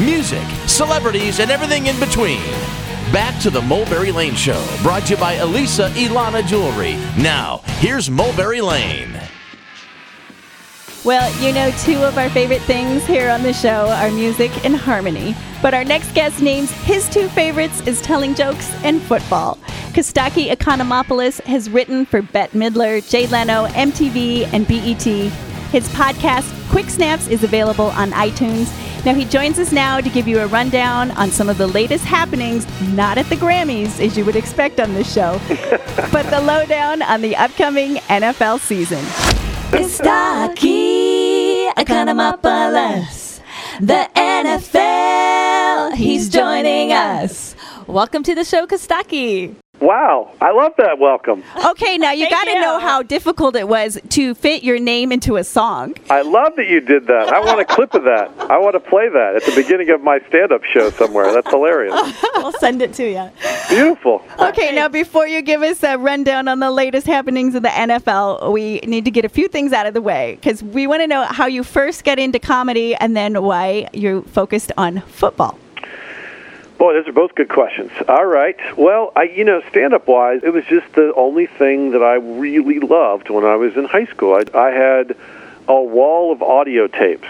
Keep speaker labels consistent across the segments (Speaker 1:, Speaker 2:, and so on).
Speaker 1: music, celebrities, and everything in between. Back to the Mulberry Lane Show, brought to you by Elisa Ilana Jewelry. Now, here's Mulberry Lane.
Speaker 2: Well, you know, two of our favorite things here on the show are music and harmony. But our next guest names his two favorites is telling jokes and football. Kostaki Economopoulos has written for Bette Midler, Jay Leno, MTV, and BET. His podcast, Quick Snaps, is available on iTunes. Now, he joins us now to give you a rundown on some of the latest happenings, not at the Grammys, as you would expect on this show, but the lowdown on the upcoming NFL season.
Speaker 3: Kostaki Economopoulos, the NFL. He's joining us. Welcome to the show, Kostaki.
Speaker 4: Wow, I love that welcome.
Speaker 2: Okay, now you got to know how difficult it was to fit your name into a song.
Speaker 4: I love that you did that. I want a clip of that. I want to play that at the beginning of my stand up show somewhere. That's hilarious.
Speaker 5: We'll send it to you.
Speaker 4: Beautiful.
Speaker 2: Okay, now before you give us a rundown on the latest happenings of the NFL, we need to get a few things out of the way because we want to know how you first get into comedy and then why you focused on football.
Speaker 4: Boy, those are both good questions. All right. Well, I you know, stand up wise, it was just the only thing that I really loved when I was in high school. I, I had a wall of audio tapes.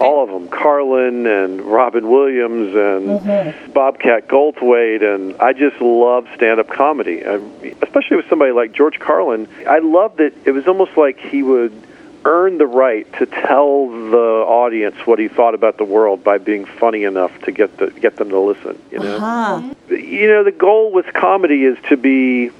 Speaker 4: All of them, Carlin and Robin Williams and Bobcat Goldthwait, and I just love stand-up comedy, I, especially with somebody like George Carlin. I loved that it was almost like he would earn the right to tell the audience what he thought about the world by being funny enough to get the, get them to listen. You know,
Speaker 2: Uh-huh.
Speaker 3: Ah.
Speaker 4: you know, the goal with comedy is to be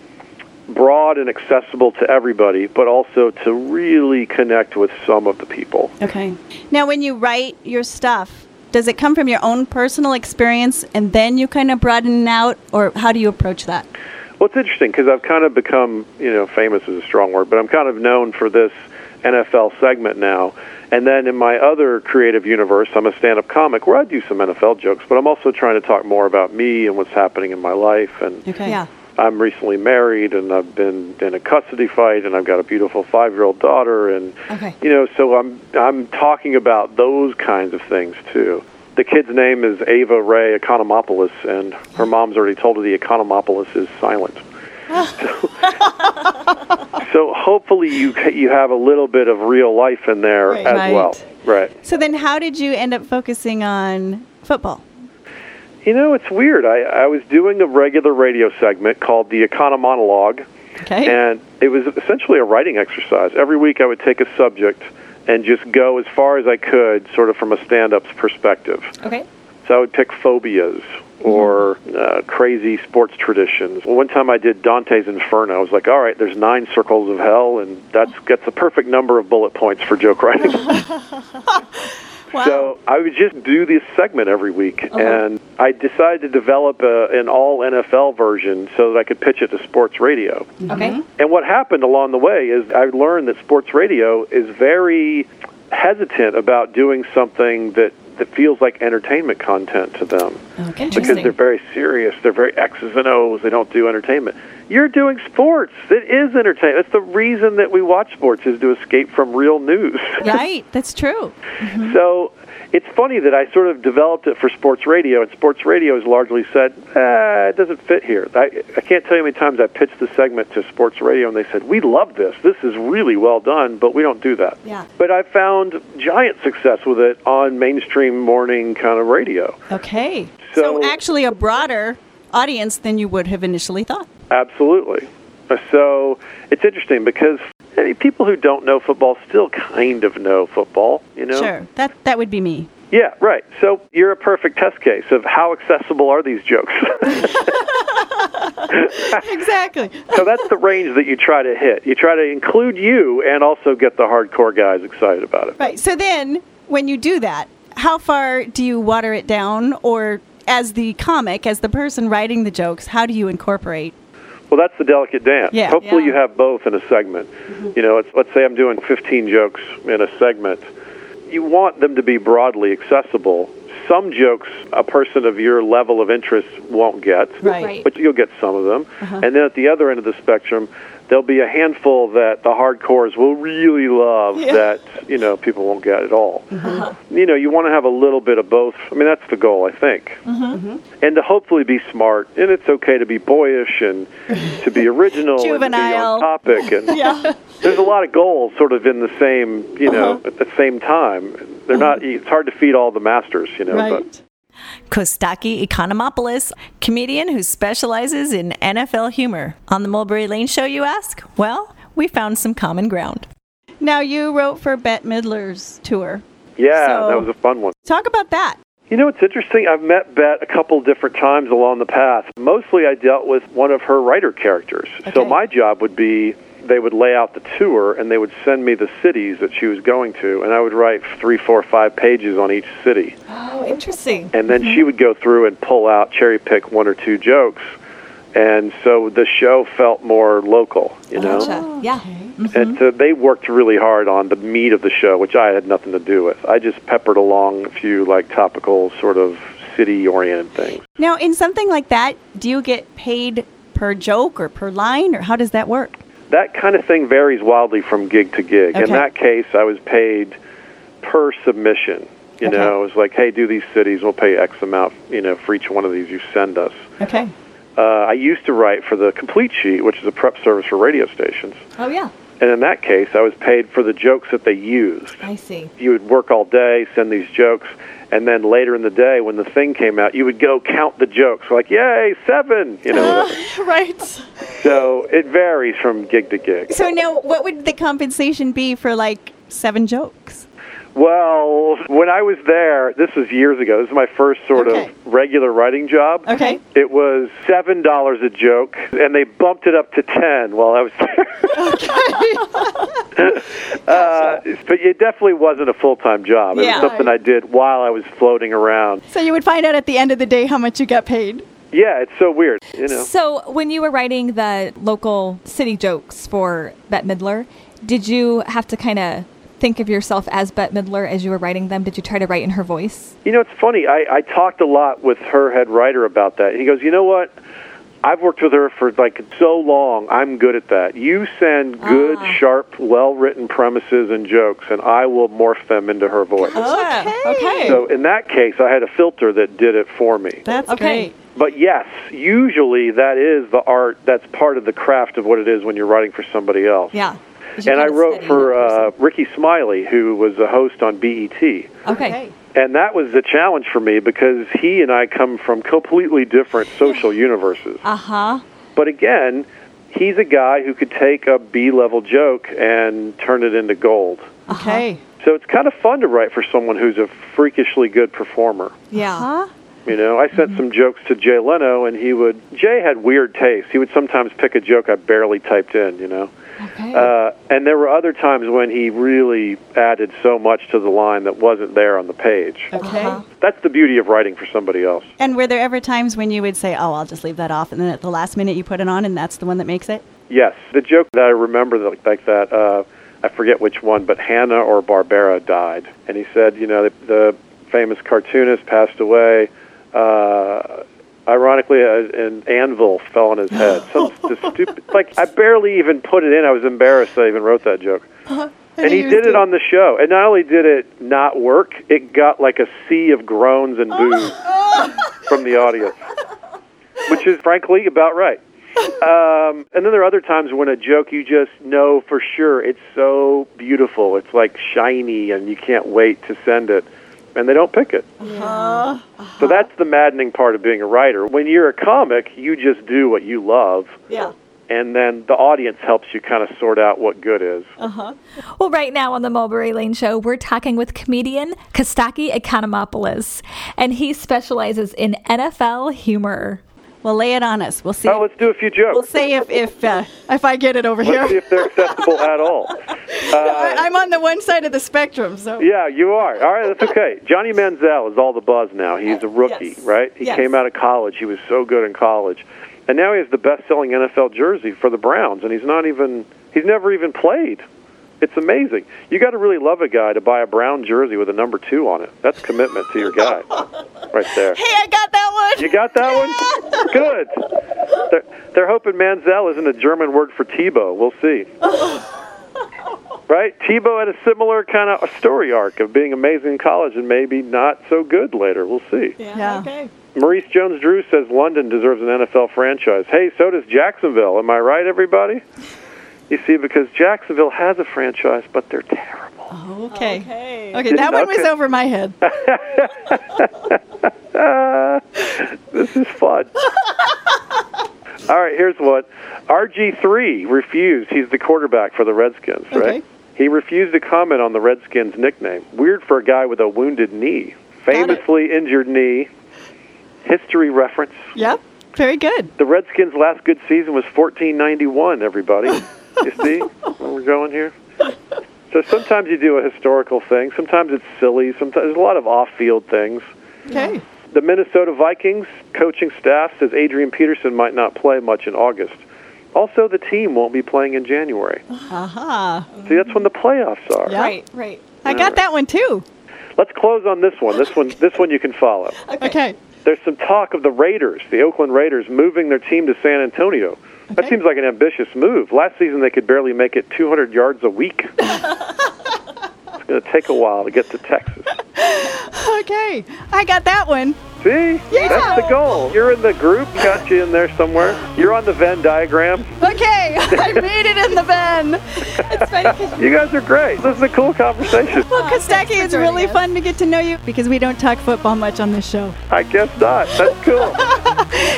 Speaker 4: broad and accessible to everybody, but also to really connect with some of the people.
Speaker 2: Okay. Now, when you write your stuff, does it come from your own personal experience and then you kind of broaden it out, or how do you approach that?
Speaker 4: Well, it's interesting because I've kind of become, you know, famous is a strong word, but I'm kind of known for this NFL segment now. And then in my other creative universe, I'm a stand up comic where I do some NFL jokes, but I'm also trying to talk more about me and what's happening in my life. And
Speaker 2: Okay. Yeah.
Speaker 4: I'm recently married and I've been in a custody fight and I've got a beautiful 5-year-old daughter and
Speaker 5: Okay.
Speaker 4: you know so I'm I'm talking about those kinds of things too. The kid's name is Ava Ray Economopoulos and her mom's already told her the Economopoulos is silent. so, so hopefully you ca- you have a little bit of real life in there
Speaker 5: Right.
Speaker 4: as
Speaker 2: Right.
Speaker 4: well. Right.
Speaker 2: So then, how did you end up focusing on football?
Speaker 4: You know, it's weird. I, I was doing a regular radio segment called the Economonologue,
Speaker 2: Okay.
Speaker 4: and it was essentially a writing exercise. Every week I would take a subject and just go as far as I could, sort of from a stand-up's perspective.
Speaker 5: Okay.
Speaker 4: So I would pick phobias or uh, crazy sports traditions. Well, one time I did Dante's Inferno. I was like, all right, there's nine circles of hell, and that's gets the perfect number of bullet points for joke writing. So I would just do this segment every week, and I decided to develop a, an all NFL version so that I could pitch it to sports radio.
Speaker 2: Mm-hmm.
Speaker 5: Okay.
Speaker 4: And what happened along the way is I learned that sports radio is very hesitant about doing something that, that feels like entertainment content to them
Speaker 5: Okay.
Speaker 4: because they're very serious. They're very X's and O's. They don't do entertainment. You're doing sports. It is entertainment. That's the reason that we watch sports is to escape from real news.
Speaker 2: Right. That's true.
Speaker 4: So it's funny that I sort of developed it for sports radio, and sports radio has largely said, eh, it doesn't fit here. I, I can't tell you how many times I pitched the segment to sports radio, and they said, we love this. This is really well done, but we don't do that.
Speaker 5: Yeah.
Speaker 4: But I found giant success with it on mainstream morning kind of radio.
Speaker 2: Okay.
Speaker 4: So-
Speaker 2: so actually, a broader audience than you would have initially thought.
Speaker 4: Absolutely. So it's interesting because I mean, people who don't know football still kind of know football, you know?
Speaker 2: Sure. That that would be me.
Speaker 4: Yeah, right. So you're a perfect test case of how accessible are these jokes.
Speaker 2: Exactly.
Speaker 4: so that's the range that you try to hit. You try to include you and also get the hardcore guys excited about it.
Speaker 2: Right. So then, when you do that, how far do you water it down, or as the comic, as the person writing the jokes, how do you incorporate?
Speaker 4: Well, that's the delicate dance.
Speaker 2: Yeah. Mm-hmm.
Speaker 4: Hopefully,
Speaker 5: Yeah.
Speaker 4: you have both in a segment. You know, it's, let's say I'm doing 15 jokes in a segment. You want them to be broadly accessible some jokes a person of your level of interest won't get,
Speaker 2: Right. Uh-huh.
Speaker 3: Right.
Speaker 4: but you'll get some of them. And then at the other end of the spectrum, there'll be a handful that the hardcores will really love that you know people won't get at all.
Speaker 2: Mm-hmm.
Speaker 4: You know, you want to have a little bit of both. I mean, that's the goal, I think.
Speaker 2: Mm-hmm.
Speaker 4: And to hopefully be smart, and it's okay to be boyish and to be original and to be
Speaker 2: Juvenile.
Speaker 4: on topic. And there's a lot of goals sort of in the same, you know,
Speaker 2: Uh-huh.
Speaker 4: at the same time. They're not. e, It's hard to feed all the masters, you know. But
Speaker 2: Right. Kostaki Economopoulos, comedian who specializes in NFL humor. On the Mulberry Lane Show, you ask? Well, we found some common ground. Now, you wrote for Bette Midler's tour.
Speaker 4: yeah,
Speaker 2: So-
Speaker 4: that was a fun one.
Speaker 2: Talk about that.
Speaker 4: You know, it's interesting. I've met Bet a couple different times along the path. Mostly I dealt with one of her writer characters. So
Speaker 2: Okay.
Speaker 4: my job would be they would lay out the tour and they would send me the cities that she was going to, and I would write three, four, five pages on each city.
Speaker 3: Oh, interesting.
Speaker 4: And then she would go through and pull out, cherry pick one or two jokes. And so the show felt more local, you know?
Speaker 3: Gotcha. Yeah.
Speaker 2: Mm-hmm.
Speaker 4: And so they worked really hard on the meat of the show, which I had nothing to do with. I just peppered along a few like topical sort of city-oriented things.
Speaker 2: Now, in something like that, do you get paid per joke or per line, or how does that work?
Speaker 4: That kind of thing varies wildly from gig to gig. In
Speaker 2: Okay.
Speaker 4: that case, I was paid per submission. You
Speaker 2: Okay.
Speaker 4: know, it was like, hey, do these cities, we'll pay X amount, you know, for each one of these you send us.
Speaker 2: Okay.
Speaker 4: Uh, I used to write for the Complete Sheet, which is a prep service for radio stations.
Speaker 3: Oh, yeah.
Speaker 4: And in that case, I was paid for the jokes that they used.
Speaker 3: I see.
Speaker 4: you would work all day, send these jokes, and then later in the day when the thing came out, you would go count the jokes, like yay seven, you know.
Speaker 2: Oh. Right.
Speaker 4: so it varies from gig to gig.
Speaker 2: So, now what would the compensation be for like seven jokes?
Speaker 4: Well, when I was there, this was years ago. This is my first sort
Speaker 2: Okay.
Speaker 4: of regular writing job.
Speaker 2: Okay.
Speaker 4: It was seven dollars a joke, and they bumped it up to ten while I was there. uh, but it definitely wasn't a full time job. It
Speaker 2: Yeah.
Speaker 4: was something I did while I was floating around.
Speaker 2: So, you would find out at the end of the day how much you got paid.
Speaker 4: Yeah, it's so weird. You know.
Speaker 3: So, when you were writing the local city jokes for Bette Midler, did you have to kind of think of yourself as Bette Midler as you were writing them? Did you try to write in her voice?
Speaker 4: You know, it's funny. I, I talked a lot with her head writer about that. He goes, you know what? I've worked with her for like so long. I'm good at that. You send good,
Speaker 3: Ah.
Speaker 4: sharp, well-written premises and jokes, and I will morph them into her voice.
Speaker 3: Oh.
Speaker 2: Okay.
Speaker 3: Okay.
Speaker 4: So in that case, I had a filter that did it for me.
Speaker 2: That's
Speaker 3: Okay.
Speaker 2: great.
Speaker 4: But yes, usually that is the art. That's part of the craft of what it is when you're writing for somebody else.
Speaker 3: yeah. You
Speaker 4: And I
Speaker 3: kinda
Speaker 4: wrote
Speaker 3: study
Speaker 4: for
Speaker 3: that person.
Speaker 4: uh, Ricky Smiley, who was a host on E BET.
Speaker 3: okay.
Speaker 4: And that was the challenge for me because he and I come from completely different social universes.
Speaker 3: Uh huh.
Speaker 4: But again, he's a guy who could take a B level joke and turn it into gold.
Speaker 2: Okay.
Speaker 4: So it's kind of fun to write for someone who's a freakishly good performer.
Speaker 3: Yeah.
Speaker 2: Huh?
Speaker 4: You know, I sent some jokes to Jay Leno, and he would. Jay had weird taste. He would sometimes pick a joke I barely typed in, you know.
Speaker 3: Okay.
Speaker 2: Uh-huh.
Speaker 4: Uh, and there were other times when he really added so much to the line that wasn't there on the page.
Speaker 2: Okay.
Speaker 4: That's the beauty of writing for somebody else.
Speaker 2: Uh-huh. And were there ever times when you would say, "Oh, I'll just leave that off," and then at the last minute you put it on, and that's the one that makes it?
Speaker 4: Yes, the joke that I remember that, like that, uh, I forget which one, but Hannah or Barbara died, and he said, you know, the, the famous cartoonist passed away. Uh, ironically, a, an anvil fell on his head. Some the stupid, like I barely even put it in. I was embarrassed I even wrote that joke. And he did it on the show, and not only did it not work, it got like a sea of groans and boos from the audience, which is frankly about right. Um, and then there are other times when a joke you just know for sure it's so beautiful, it's like shiny, and you can't wait to send it, and they don't pick it. Uh-huh. So that's the maddening part of being a writer. When you're a comic, you just do what you love.
Speaker 2: Yeah.
Speaker 4: And then the audience helps you kind of sort out what good is.
Speaker 3: Well, right now on the Mulberry Lane Show, we're talking with comedian Kostaki Economopoulos, and he specializes in NFL humor.
Speaker 2: Well, lay it on us. We'll see.
Speaker 4: Now Oh, let's do a few jokes.
Speaker 2: we'll see if if uh, if I get it over
Speaker 4: Let's see
Speaker 2: here.
Speaker 4: if they're acceptable at all.
Speaker 2: I, I'm on the one side of the spectrum, so.
Speaker 4: Yeah, you are. All right, that's okay. Johnny Manziel is all the buzz now. He's a rookie,
Speaker 2: Yes.
Speaker 4: right? He
Speaker 2: Yes.
Speaker 4: came out of college. He was so good in college. And now he has the best selling NFL jersey for the Browns, and he's not even, he's never even played. It's amazing. You got to really love a guy to buy a brown jersey with a number two on it. That's commitment to your guy, right there.
Speaker 2: Hey, I got that one.
Speaker 4: You got that one? Good. They're, they're hoping Manziel isn't a German word for Tebow. We'll see. Right? Tebow had a similar kind of story arc of being amazing in college and maybe not so good later. We'll see.
Speaker 2: Yeah.
Speaker 5: Okay.
Speaker 4: Maurice Jones Drew says London deserves an NFL franchise. Hey, so does Jacksonville. Am I right, everybody? You see, because Jacksonville has a franchise, but they're terrible.
Speaker 5: Okay.
Speaker 2: Okay.
Speaker 5: Okay, that one was
Speaker 4: Okay.
Speaker 5: over my head.
Speaker 4: This is fun. All right, here's what RG3 refused. He's the quarterback for the Redskins, right?
Speaker 5: Okay.
Speaker 4: He refused to comment on the Redskins nickname. Weird for a guy with a wounded knee,
Speaker 5: it.
Speaker 4: famously injured knee. History reference.
Speaker 5: Yep. Very good.
Speaker 4: The Redskins' last good season was 1491, everybody. You see where we're going here? So sometimes you do a historical thing. Sometimes it's silly. Sometimes there's a lot of off-field things.
Speaker 5: Okay.
Speaker 4: The Minnesota Vikings coaching staff says Adrian Peterson might not play much in August. Also, the team won't be playing in January.
Speaker 5: Aha.
Speaker 4: See, that's when the playoffs are.
Speaker 5: Yeah.
Speaker 3: Right, right.
Speaker 5: I got that one too.
Speaker 4: Let's close on this one. This one, this one you can follow.
Speaker 5: Okay.
Speaker 4: There's some talk of the Raiders, the Oakland Raiders, moving their team to San Antonio. That
Speaker 5: Okay.
Speaker 4: seems like an ambitious move. Last season, they could barely make it 200 yards a week. it's going to take a while to get to Texas.
Speaker 5: Okay. I got that one.
Speaker 4: See?
Speaker 5: Yeah.
Speaker 4: That's the goal. You're in the group, got you in there somewhere. You're on the Venn diagram.
Speaker 5: Okay. I made it in the van.
Speaker 3: It's funny 'cause-
Speaker 4: You guys are great. This is a cool conversation.
Speaker 5: Well, Kostaki,
Speaker 3: for
Speaker 5: it's
Speaker 3: joining
Speaker 5: really
Speaker 3: us.
Speaker 5: fun to get to know you because we don't talk football much on this show.
Speaker 4: I guess not. That's cool.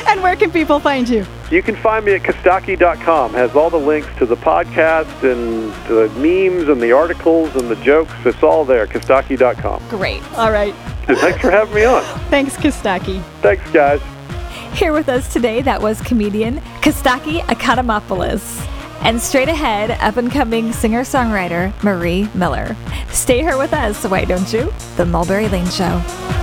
Speaker 5: And where can people find you?
Speaker 4: You can find me at Kostaki.com. Has all the links to the podcast and the memes and the articles and the jokes. It's all there. Kostaki.com.
Speaker 3: Great.
Speaker 5: All right.
Speaker 4: Thanks for having me on.
Speaker 5: Thanks, Kostaki.
Speaker 4: Thanks, guys.
Speaker 3: Here with us today, that was comedian Kostaki Economopoulos and straight ahead, up and coming singer songwriter Marie Miller. Stay here with us, why don't you? The Mulberry Lane Show.